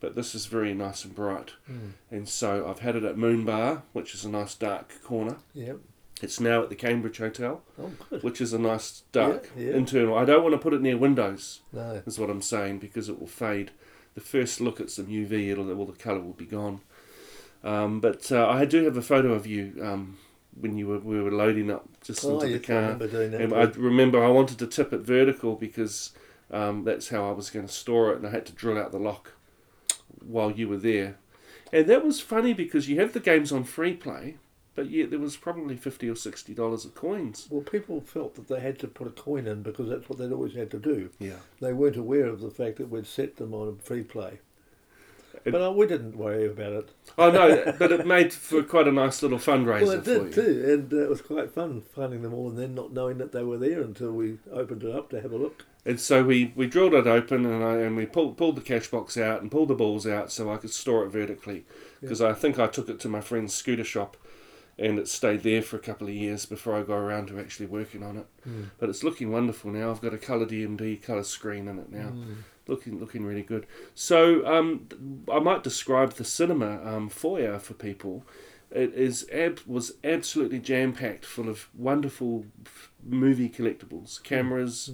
Speaker 3: But this is very nice and bright.
Speaker 4: Mm.
Speaker 3: And so I've had it at Moon Bar, which is a nice dark corner.
Speaker 4: Yeah.
Speaker 3: It's now at the Cambridge Hotel,
Speaker 4: Oh, good.
Speaker 3: which is a nice dark
Speaker 4: Yeah, yeah.
Speaker 3: internal. I don't want to put it near windows
Speaker 4: No.
Speaker 3: is what I'm saying because it will fade. The first look at some UV, it'll all the colour will be gone. Um, but uh, I do have a photo of you um, when you were we were loading up just
Speaker 4: Oh,
Speaker 3: into the
Speaker 4: yes, I
Speaker 3: car,
Speaker 4: remember doing that.
Speaker 3: and I remember I wanted to tip it vertical because um, that's how I was going to store it, and I had to drill out the lock while you were there. And that was funny because you have the games on free play, but yet there was probably fifty or sixty dollars of coins.
Speaker 4: Well, people felt that they had to put a coin in because that's what they'd always had to do.
Speaker 3: Yeah,
Speaker 4: They weren't aware of the fact that we'd set them on free play.
Speaker 3: It-
Speaker 4: but uh, we didn't worry about it.
Speaker 3: I know, but it made for quite a nice little fundraiser
Speaker 4: Well, it
Speaker 3: for you.
Speaker 4: did too, and uh, it was quite fun finding them all and then not knowing that they were there until we opened it up to have a look.
Speaker 3: And so we, we drilled it open and I and we pulled pulled the cash box out and pulled the balls out so I could store it vertically because I think I took it to my friend's scooter shop and it stayed there for a couple of years before I got around to actually working on it. But it's looking wonderful now. I've got a colour DMD colour screen in it now, looking looking really good. So um, th- I might describe the cinema um, foyer for people. It is ab- was absolutely jam packed, full of wonderful f- movie collectibles, cameras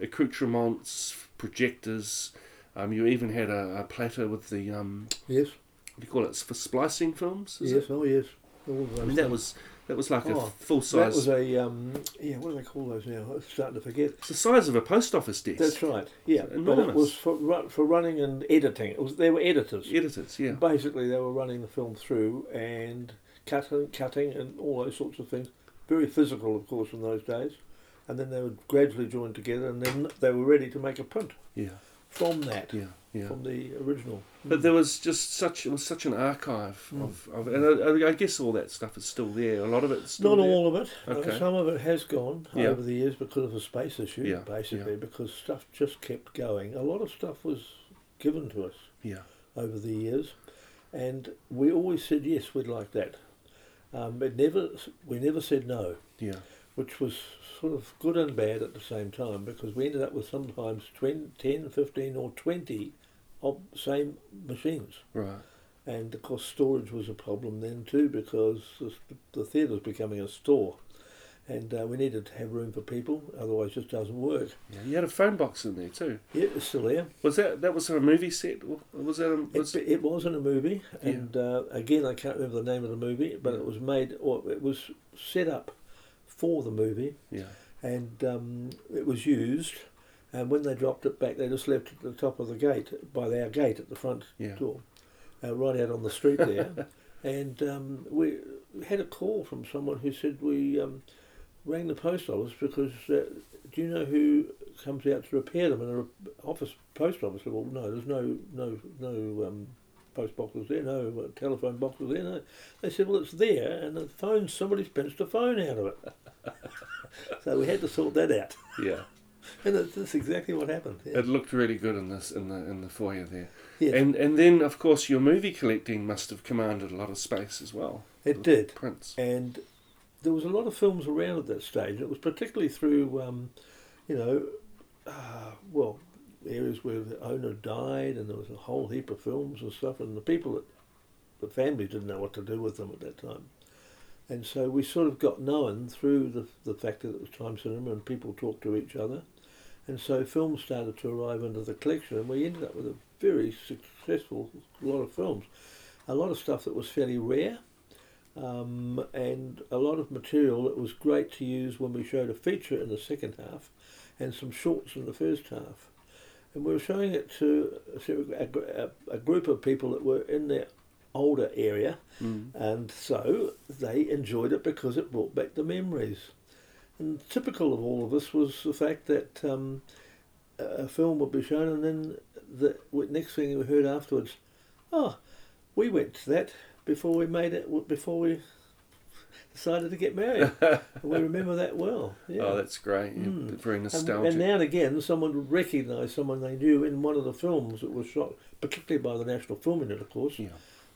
Speaker 3: accoutrements, projectors. Um, you even had a, a platter with the um,
Speaker 4: Yes,
Speaker 3: what do you call it for splicing films? Is
Speaker 4: yes,
Speaker 3: it?
Speaker 4: oh yes. All of those
Speaker 3: I mean
Speaker 4: things.
Speaker 3: that was That was like a
Speaker 4: Oh,
Speaker 3: full
Speaker 4: That
Speaker 3: size.
Speaker 4: was a um, yeah. What do they call those now? I'm starting to forget.
Speaker 3: it's the size of a post office desk.
Speaker 4: That's right. Yeah, but it
Speaker 3: enormous.
Speaker 4: was for ru- for running and editing. It was they were editors.
Speaker 3: Editors, yeah.
Speaker 4: Basically, they were running the film through and cutting, cutting, and all those sorts of things. Very physical, of course, in those days. And then they were gradually joined together, and then they were ready to make a print
Speaker 3: Yeah,
Speaker 4: from that,
Speaker 3: yeah, yeah.
Speaker 4: from the original.
Speaker 3: But there was just such it was such an archive
Speaker 4: Hmm.
Speaker 3: of, of and I, I guess all that stuff is still there. A lot of it's still
Speaker 4: Not
Speaker 3: there.
Speaker 4: all of it. Uh,
Speaker 3: Okay.
Speaker 4: Some of it has gone
Speaker 3: Yeah.
Speaker 4: over the years because of a space issue,
Speaker 3: Yeah,
Speaker 4: basically,
Speaker 3: yeah.
Speaker 4: because stuff just kept going. A lot of stuff was given to us
Speaker 3: Yeah,
Speaker 4: over the years, and we always said yes, we'd like that. Um, it never, we never said no,
Speaker 3: yeah,
Speaker 4: which was sort of good and bad at the same time because we ended up with sometimes 20, 10, 15 or 20 of same machines.
Speaker 3: right.
Speaker 4: And of course, storage was a problem then too because the, the theatre was becoming a store, and uh, we needed to have room for people. Otherwise, it just doesn't work.
Speaker 3: Yeah, you had a phone box in there too.
Speaker 4: Yeah, it's still there.
Speaker 3: Was that that was a movie set? Or was that a, was,
Speaker 4: It, it was in a movie, and uh, again, I can't remember the name of the movie, but it was made or it was set up for the movie,
Speaker 3: yeah,
Speaker 4: and um, it was used. And when they dropped it back, they just left it at the top of the gate by our gate at the front
Speaker 3: yeah,
Speaker 4: door, uh, right out on the street there. and um, we had a call from someone who said we um, rang the post office because uh, do you know who comes out to repair them? And the re- office post office said, well, no, there's no no no um, post boxes there, no uh, telephone boxes there. No. They said, well, it's there, and the phone somebody's pinched the phone out of it. so we had to sort that out,
Speaker 3: yeah.
Speaker 4: and that's, that's exactly what happened. Yeah.
Speaker 3: It looked really good in this in the in the foyer there.
Speaker 4: Yes.
Speaker 3: And and then of course your movie collecting must have commanded a lot of space as well.
Speaker 4: it did.
Speaker 3: Prints.
Speaker 4: and there was a lot of films around at that stage. It was particularly through, um, you know, uh, well, areas where the owner died, and there was a whole heap of films and stuff, and the people, that, the families didn't know what to do with them at that time, and so we sort of got known through the the fact that it was time cinema and people talked to each other, and so films started to arrive into the collection, and we ended up with a very successful lot of films, a lot of stuff that was fairly rare um, and a lot of material that was great to use when we showed a feature in the second half and some shorts in the first half. And we were showing it to to a, gr- a, a group of people that were in their older area,
Speaker 3: Oh,
Speaker 4: and so they enjoyed it because it brought back the memories. And typical of all of us was the fact that um, a a film would be shown, and then the w- next thing we heard afterwards, oh, we went to that before we made it, w- before we decided to get married. and we remember that well. Yeah. Hmm.
Speaker 3: Oh, that's great. Yeah, Very
Speaker 4: And,
Speaker 3: nostalgic.
Speaker 4: and now and again, someone would recognise someone they knew in one of the films that was shot, particularly by the National Film Unit, of course.
Speaker 3: yeah.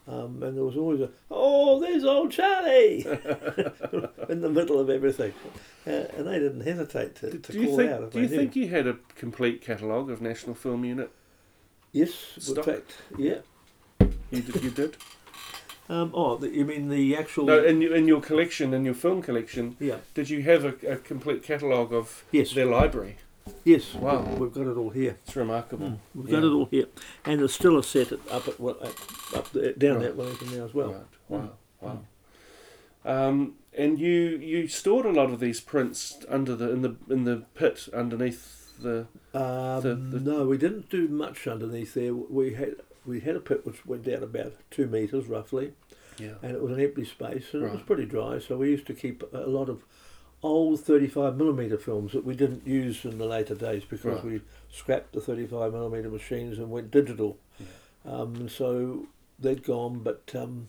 Speaker 4: Um, and there was always a, oh, there's old Charlie! in the middle of everything. Uh, and they didn't hesitate to, to
Speaker 3: Do you
Speaker 4: call out
Speaker 3: think
Speaker 4: if
Speaker 3: do
Speaker 4: they
Speaker 3: you
Speaker 4: knew.
Speaker 3: think you had a complete catalogue of National Film Unit?
Speaker 4: Yes, in
Speaker 3: Stock?
Speaker 4: fact, yeah.
Speaker 3: You did, you did?
Speaker 4: Um, oh, the, you mean the actual.
Speaker 3: No, in your, in your collection, in your film collection,
Speaker 4: yeah,
Speaker 3: did you have a, a complete catalogue of
Speaker 4: Yes.
Speaker 3: their library?
Speaker 4: yes.
Speaker 3: Wow.
Speaker 4: We've got it all here.
Speaker 3: It's remarkable.
Speaker 4: Hmm. We've
Speaker 3: Yeah.
Speaker 4: got it all here. And there's still a set at, up at, Wel- at up there, down
Speaker 3: Right.
Speaker 4: at Wellington now as well.
Speaker 3: Right. Wow.
Speaker 4: Hmm.
Speaker 3: Wow. Um, and you you stored a lot of these prints under the in the in the pit underneath the
Speaker 4: Um,
Speaker 3: The- the-
Speaker 4: No, we didn't do much underneath there. We had we had a pit which went down about two meters roughly,
Speaker 3: yeah
Speaker 4: and it was an empty space, and it was
Speaker 3: Right.
Speaker 4: pretty dry. So we used to keep a lot of old 35 millimeter films that we didn't use in the later days because
Speaker 3: Right.
Speaker 4: we scrapped the 35 millimeter machines and went digital. Um, so they'd gone, but um,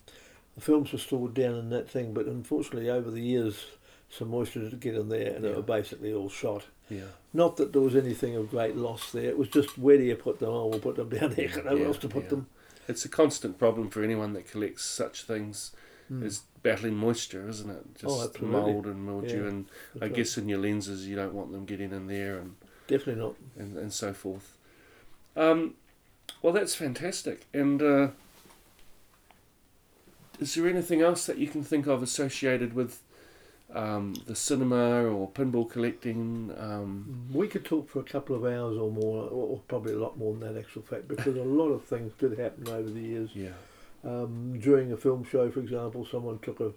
Speaker 4: the films were stored down in that thing. But unfortunately, over the years, some moisture did get in there, and they
Speaker 3: Yeah.
Speaker 4: were basically all shot.
Speaker 3: yeah
Speaker 4: Not that there was anything of great loss there. It was just where do you put them? Oh, we'll put them down there. Got nowhere
Speaker 3: Yeah,
Speaker 4: else to put
Speaker 3: yeah.
Speaker 4: them.
Speaker 3: it's a constant problem for anyone that collects such things is battling moisture isn't it
Speaker 4: Hmm. Oh,
Speaker 3: just
Speaker 4: absolutely.
Speaker 3: mold and mildew
Speaker 4: Yeah,
Speaker 3: and
Speaker 4: that's
Speaker 3: I
Speaker 4: right.
Speaker 3: guess in your lenses you don't want them getting in there and
Speaker 4: Definitely not.
Speaker 3: and, and so forth um, well that's fantastic and uh, is there anything else that you can think of associated with um, the cinema or pinball collecting um,
Speaker 4: We could talk for a couple of hours or more, or or probably a lot more than that, actual fact, because a lot of things did happen over the years.
Speaker 3: yeah
Speaker 4: Um, during a film show, for example, someone took a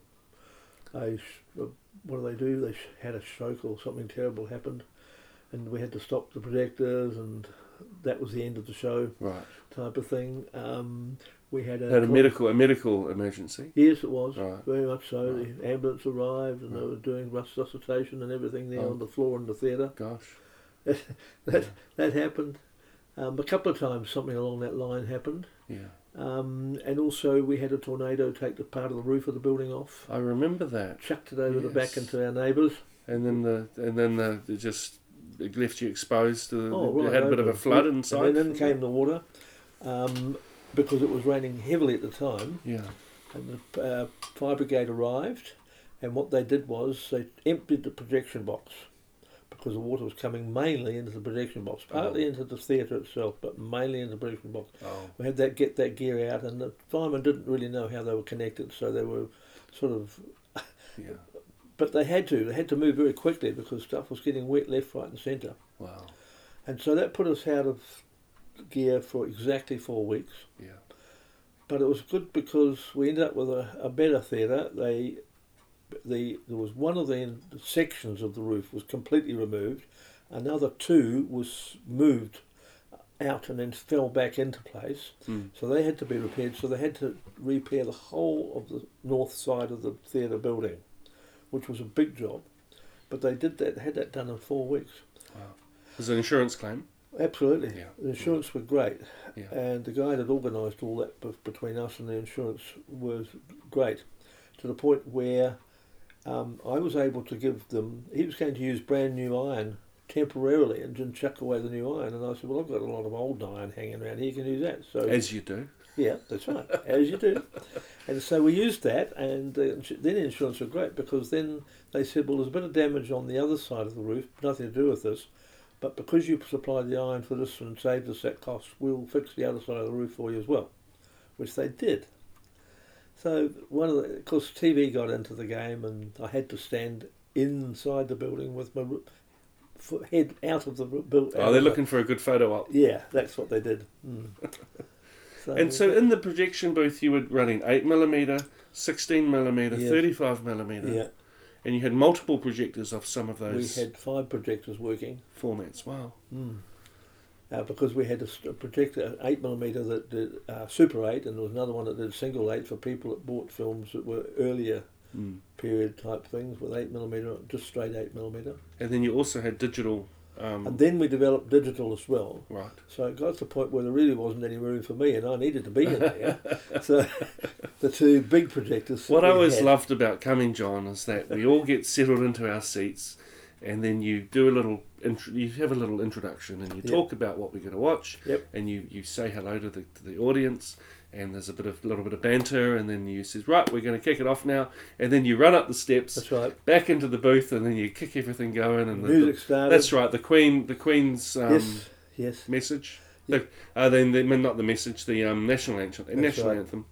Speaker 4: a, sh- a- what do they do? They sh- had a stroke or something terrible happened, and we had to stop the projectors, and that was the end of the show
Speaker 3: Right.
Speaker 4: type of thing. Um, we had a,
Speaker 3: Had a
Speaker 4: cl-
Speaker 3: medical a medical emergency.
Speaker 4: Yes, it was
Speaker 3: Right.
Speaker 4: very much so. The ambulance arrived, and they were doing resuscitation and everything there
Speaker 3: Oh.
Speaker 4: on the floor in the theatre.
Speaker 3: Gosh.
Speaker 4: That that happened. Um, a couple of times, something along that line happened.
Speaker 3: Yeah.
Speaker 4: Um, and also, we had a tornado take the part of the roof of the building off,
Speaker 3: I remember that.
Speaker 4: chucked it over the back
Speaker 3: Yes.
Speaker 4: into our neighbours.
Speaker 3: And then the and then the it just it left you exposed to the,
Speaker 4: Oh,
Speaker 3: you
Speaker 4: right,
Speaker 3: had a bit of a
Speaker 4: over.
Speaker 3: flood
Speaker 4: And
Speaker 3: inside.
Speaker 4: then in came the water, um, because it was raining heavily at the time.
Speaker 3: Yeah.
Speaker 4: And the uh, fire brigade arrived, and what they did was they emptied the projection box because the water was coming mainly into the projection box, partly
Speaker 3: Oh.
Speaker 4: into the theatre itself, but mainly into the projection box.
Speaker 3: Oh.
Speaker 4: We had that get that gear out, and the firemen didn't really know how they were connected, so they were sort of.
Speaker 3: Yeah.
Speaker 4: But they had to. They had to move very quickly because stuff was getting wet left, right, and centre.
Speaker 3: Wow.
Speaker 4: And so that put us out of gear for exactly four weeks.
Speaker 3: Yeah.
Speaker 4: But it was good because we ended up with a, a better theatre. They, the there was one of the in- sections of the roof was completely removed, another two was moved out and then fell back into place.
Speaker 3: Mm.
Speaker 4: So they had to be repaired. So they had to repair the whole of the north side of the theatre building, which was a big job. But they did that, had that done in four weeks.
Speaker 3: It was an insurance claim.
Speaker 4: Absolutely.
Speaker 3: Yeah.
Speaker 4: The insurance were great.
Speaker 3: Yeah.
Speaker 4: And the guy that organised all that bef- between us and the insurance was great to the point where um, I was able to give them, he was going to use brand new iron temporarily and then chuck away the new iron. And I said, Well, I've got a lot of old iron hanging around here, you can use that. So,
Speaker 3: As you do.
Speaker 4: yeah, that's right, as you do. And so we used that, and uh, insu- then insurance were great because then they said, well, there's a bit of damage on the other side of the roof, nothing to do with this, but because you supplied the iron for this and saved us that cost, we'll fix the other side of the roof for you as well, which they did. So one of the, of course, TV got into the game, and I had to stand inside the building with my ro- fo- head out of the building.
Speaker 3: Oh, they're looking for a good photo op.
Speaker 4: Yeah, that's what they did. Mm. So-
Speaker 3: And so in the projection booth, you were running 8mm, 16mm,
Speaker 4: Yeah.
Speaker 3: 35mm,
Speaker 4: yeah.
Speaker 3: and you had multiple projectors off some of
Speaker 4: We
Speaker 3: those
Speaker 4: had five projectors working
Speaker 3: formats. Wow.
Speaker 4: uh, because we had a, s- a projector, an eight millimeter that did uh, super eight, and there was another one that did single eight for people that bought films that were earlier
Speaker 3: Mm.
Speaker 4: period type things with eight millimeter, just straight eight millimeter.
Speaker 3: And then you also had digital. Um,
Speaker 4: And then we developed digital as well.
Speaker 3: right.
Speaker 4: So it got to the point where there really wasn't any room for me, and I needed to be in there. so the two big projectors. that
Speaker 3: What I
Speaker 4: we
Speaker 3: always
Speaker 4: had-
Speaker 3: loved about coming, John, is that we all get settled into our seats, and then you do a little, intro, you have a little introduction, and you
Speaker 4: Yeah.
Speaker 3: talk about what we're going to watch,
Speaker 4: Yep.
Speaker 3: and you, you say hello to the, to the audience, and there's a bit of little bit of banter, and then you says, right, we're going to kick it off now, and then you run up the steps,
Speaker 4: That's right.
Speaker 3: back into the booth, and then you kick everything going, and the,
Speaker 4: Music
Speaker 3: the-
Speaker 4: started.
Speaker 3: that's right, the Queen, the Queen's um,
Speaker 4: yes, yes.
Speaker 3: message. The, uh, then the, not the message, the um, national anthem, national
Speaker 4: right.
Speaker 3: anthem,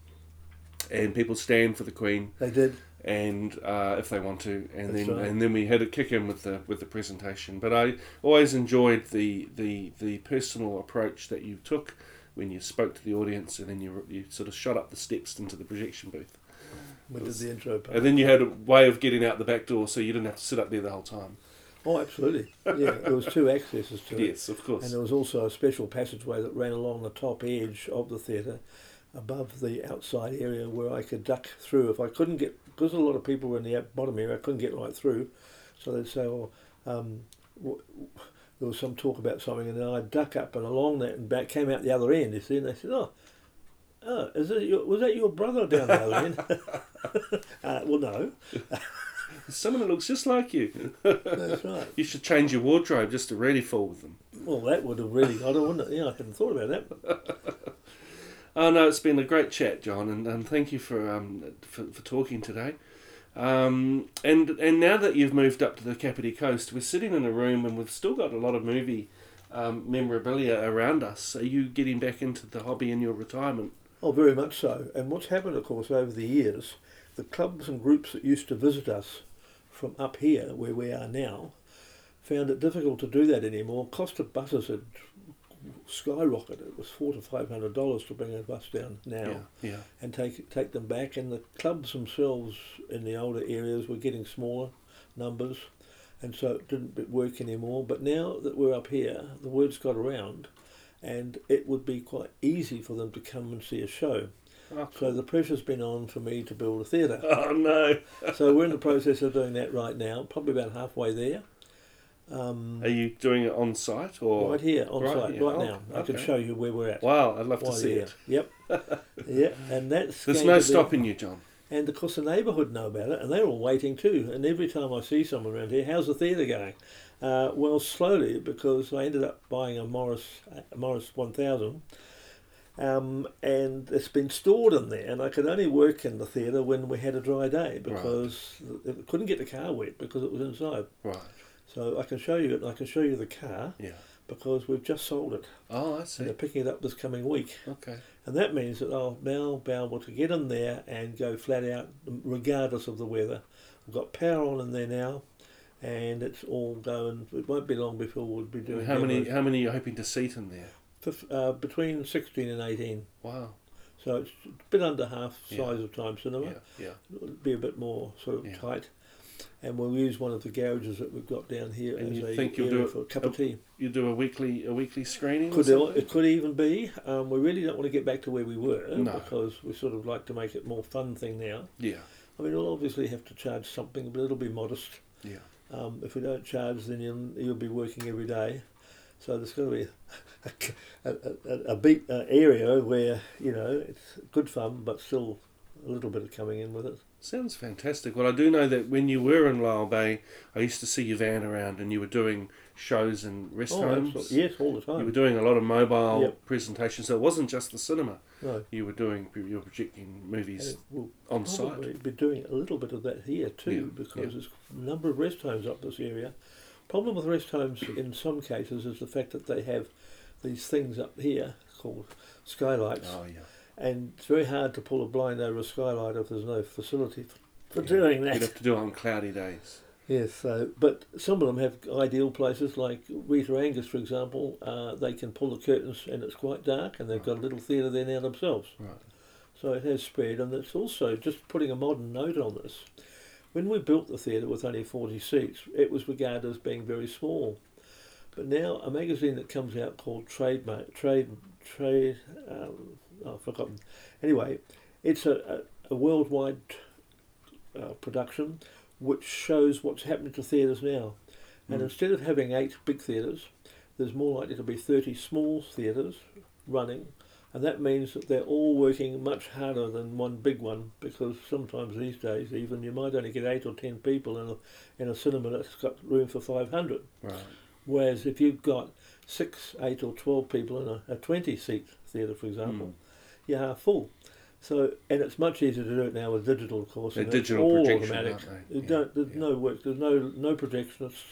Speaker 3: and people stand for the Queen
Speaker 4: They did.
Speaker 3: and uh, if they want to, and
Speaker 4: That's
Speaker 3: then
Speaker 4: right.
Speaker 3: and then we had a kick in with the with the presentation. But I always enjoyed the the the personal approach that you took when you spoke to the audience, and then you you sort of shot up the steps into the projection booth,
Speaker 4: We did the intro part.
Speaker 3: and then you had a way of getting out the back door, so you didn't have to sit up there the whole time.
Speaker 4: Oh, absolutely. Yeah, there was two accesses to it.
Speaker 3: Yes, of course.
Speaker 4: And there was also a special passageway that ran along the top edge of the theatre, above the outside area where I could duck through. If I couldn't get, because a lot of people were in the out- bottom area, I couldn't get right through. So they'd say, oh, um, w- w- there was some talk about something, and then I'd duck up and along that and back, came out the other end, you see, and they said, oh, Oh, is it your, was that your brother down the other end? uh, well, no, uh,
Speaker 3: Someone that looks just like you.
Speaker 4: that's right.
Speaker 3: You should change your wardrobe just to really fool with them.
Speaker 4: Well, that would have really got it, wouldn't it? Yeah, I hadn't thought about that.
Speaker 3: Oh no, it's been a great chat, John, and, and thank you for um for, for talking today. Um, and and now that you've moved up to the Kapiti Coast, we're sitting in a room and we've still got a lot of movie um, memorabilia around us. Are you getting back into the hobby in your retirement?
Speaker 4: Oh, very much so. And what's happened, of course, over the years, the clubs and groups that used to visit us from up here, where we are now, found it difficult to do that anymore. Cost of buses had skyrocketed. It was four to five hundred dollars to bring a bus down now
Speaker 3: Yeah, yeah,
Speaker 4: and take take them back. And the clubs themselves in the older areas were getting smaller numbers, and so it didn't work anymore. But now that we're up here, the word's got around, and it would be quite easy for them to come and see a show.
Speaker 3: Oh,
Speaker 4: So the pressure's been on for me to build a theatre.
Speaker 3: Oh, no.
Speaker 4: so we're in the process of doing that right now. Probably about halfway there. Um,
Speaker 3: Are you doing it on site or?
Speaker 4: right here on
Speaker 3: Right
Speaker 4: site,
Speaker 3: here,
Speaker 4: right
Speaker 3: okay,
Speaker 4: now. I could
Speaker 3: okay.
Speaker 4: show you where we're at.
Speaker 3: Wow, I'd love to
Speaker 4: while
Speaker 3: see
Speaker 4: you're
Speaker 3: it.
Speaker 4: here. Yep. yep. And that's
Speaker 3: There's
Speaker 4: going
Speaker 3: no
Speaker 4: to be-
Speaker 3: stopping you, John.
Speaker 4: And of course, the neighbourhood know about it, and they're all waiting too. And every time I see someone around here, how's the theatre going? Uh, well, slowly, because I ended up buying a Morris a Morris 1000, um, and it's been stored in there. And I could only work in the theatre when we had a dry day because it couldn't get the car wet because it was inside.
Speaker 3: Right.
Speaker 4: So I can show you it. and I can show you the car
Speaker 3: Yeah.
Speaker 4: because we've just sold it.
Speaker 3: Oh, I
Speaker 4: And
Speaker 3: see.
Speaker 4: they're picking it up this coming week.
Speaker 3: Okay.
Speaker 4: And that means that I'll now be able to get in there and go flat out regardless of the weather. We've got power on in there now and it's all going. It won't be long before we'll be doing
Speaker 3: How many?
Speaker 4: demos.
Speaker 3: How many are you hoping to seat in there?
Speaker 4: Fif- uh, between 16 and 18.
Speaker 3: Wow.
Speaker 4: So it's a bit under half
Speaker 3: Yeah.
Speaker 4: size of Time Cinema.
Speaker 3: Yeah. Yeah.
Speaker 4: It'll be a bit more sort of
Speaker 3: Yeah.
Speaker 4: tight. And we'll use one of the garages that we've got down here
Speaker 3: And
Speaker 4: as
Speaker 3: you
Speaker 4: a
Speaker 3: think you'll
Speaker 4: area
Speaker 3: do it-
Speaker 4: for a cup of tea.
Speaker 3: You do a weekly a weekly screening. or
Speaker 4: Could it,
Speaker 3: something?
Speaker 4: it could even be. Um, we really don't want to get back to where we were
Speaker 3: No.
Speaker 4: because we sort of like to make it more fun thing now.
Speaker 3: Yeah.
Speaker 4: I mean, we'll obviously have to charge something, but it'll be modest.
Speaker 3: Yeah.
Speaker 4: Um, if we don't charge, then you'll, you'll be working every day. So there's got to be a, a, a, a beat uh, area where, you know, it's good fun, but still a little bit of coming in with it.
Speaker 3: Sounds fantastic. Well, I do know that when you were in Lyle Bay, I used to see your van around, and you were doing shows in rest homes.
Speaker 4: Oh, absolutely. Yes, all the
Speaker 3: You
Speaker 4: time.
Speaker 3: were doing a lot of mobile
Speaker 4: Yep.
Speaker 3: presentations. So it wasn't just the cinema.
Speaker 4: No.
Speaker 3: You were doing you were projecting
Speaker 4: And
Speaker 3: movies
Speaker 4: we'll
Speaker 3: on
Speaker 4: probably
Speaker 3: site.
Speaker 4: be doing a little bit of that here too,
Speaker 3: Yeah,
Speaker 4: because
Speaker 3: yeah.
Speaker 4: there's a number of rest homes up this area. Problem with rest homes in some cases is the fact that they have these things up here called skylights.
Speaker 3: Oh yeah.
Speaker 4: And it's very hard to pull a blind over a skylight if there's no facility for, for
Speaker 3: Yeah.
Speaker 4: doing
Speaker 3: You'd
Speaker 4: that.
Speaker 3: have to do it on cloudy days.
Speaker 4: Yes, so, but some of them have ideal places, like Rita Angus, for example. Uh, they can pull the curtains and it's quite dark, and they've got a little theatre there now themselves.
Speaker 3: Right.
Speaker 4: So it has spread, and it's also just putting a modern note on this. When we built the theatre with only 40 seats, it was regarded as being very small. But now a magazine that comes out called Trademark, Trade, Trade, um, oh, I've forgotten. Anyway, it's a, a, a worldwide uh, production which shows what's happening to theatres now. And
Speaker 3: Mm.
Speaker 4: instead of having eight big theatres, there's more likely to be 30 small theatres running. And that means that they're all working much harder than one big one because sometimes these days, even you might only get eight or ten people in a, in a cinema that's got room for 500.
Speaker 3: Right.
Speaker 4: Whereas if you've got six, eight, or twelve people in a, a twenty-seat theatre, for example,
Speaker 3: Hmm.
Speaker 4: you're half full. So, and it's much easier to do it now with digital, of course.
Speaker 3: They're
Speaker 4: and it's
Speaker 3: digital
Speaker 4: all
Speaker 3: projection,
Speaker 4: automatic.
Speaker 3: aren't they?
Speaker 4: You
Speaker 3: Yeah,
Speaker 4: don't, there's
Speaker 3: yeah.
Speaker 4: no work. There's no no projection. It's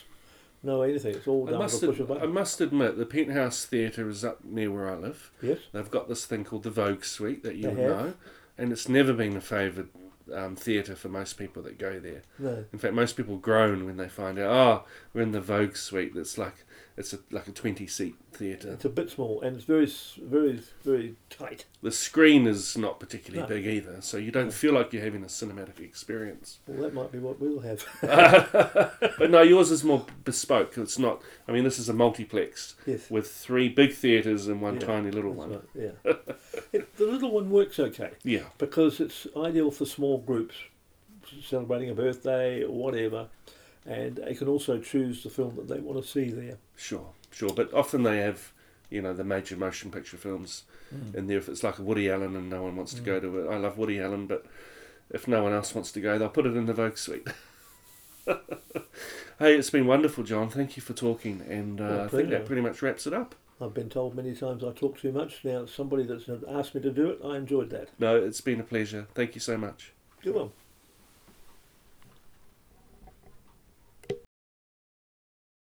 Speaker 4: no anything. It's all
Speaker 3: I
Speaker 4: done with
Speaker 3: must,
Speaker 4: a push of a
Speaker 3: ad- I
Speaker 4: button.
Speaker 3: must admit, the Penthouse Theatre is up near where I live.
Speaker 4: yes.
Speaker 3: They've got this thing called the Vogue Suite that you
Speaker 4: They
Speaker 3: would
Speaker 4: have.
Speaker 3: know, and it's never been a favoured um, theatre for most people that go there.
Speaker 4: No.
Speaker 3: In fact, most people groan when they find out, oh, we're in the Vogue Suite. That's like it's a, like a twenty seat theatre.
Speaker 4: It's a bit small and it's very s- very very tight.
Speaker 3: The screen is not particularly
Speaker 4: No.
Speaker 3: big either, so you don't feel like you're having a cinematic experience.
Speaker 4: Well, that might be what we'll have.
Speaker 3: But no, yours is more bespoke. It's not. I mean, this is a multiplex
Speaker 4: yes.
Speaker 3: with three big theatres and one
Speaker 4: Yeah,
Speaker 3: tiny little one.
Speaker 4: that's right, Yeah. it, the little one works okay.
Speaker 3: Yeah,
Speaker 4: because it's ideal for small groups celebrating a birthday or whatever, and they can also choose the film that they want to see there.
Speaker 3: sure, sure. But often they have, you know, the major motion picture films
Speaker 4: Hmm.
Speaker 3: in there. If it's like a Woody Allen and no one wants to go to it, I love Woody Allen, but if no one else wants to go, they'll put it in the Vogue suite. hey, it's been wonderful, John. Thank you for talking, and uh,
Speaker 4: My
Speaker 3: I think
Speaker 4: pleasure.
Speaker 3: that pretty much wraps it up.
Speaker 4: I've been told many times I talk too much. Now somebody that's asked me to do it, I enjoyed that.
Speaker 3: No, it's been a pleasure. Thank you so much.
Speaker 4: Good one.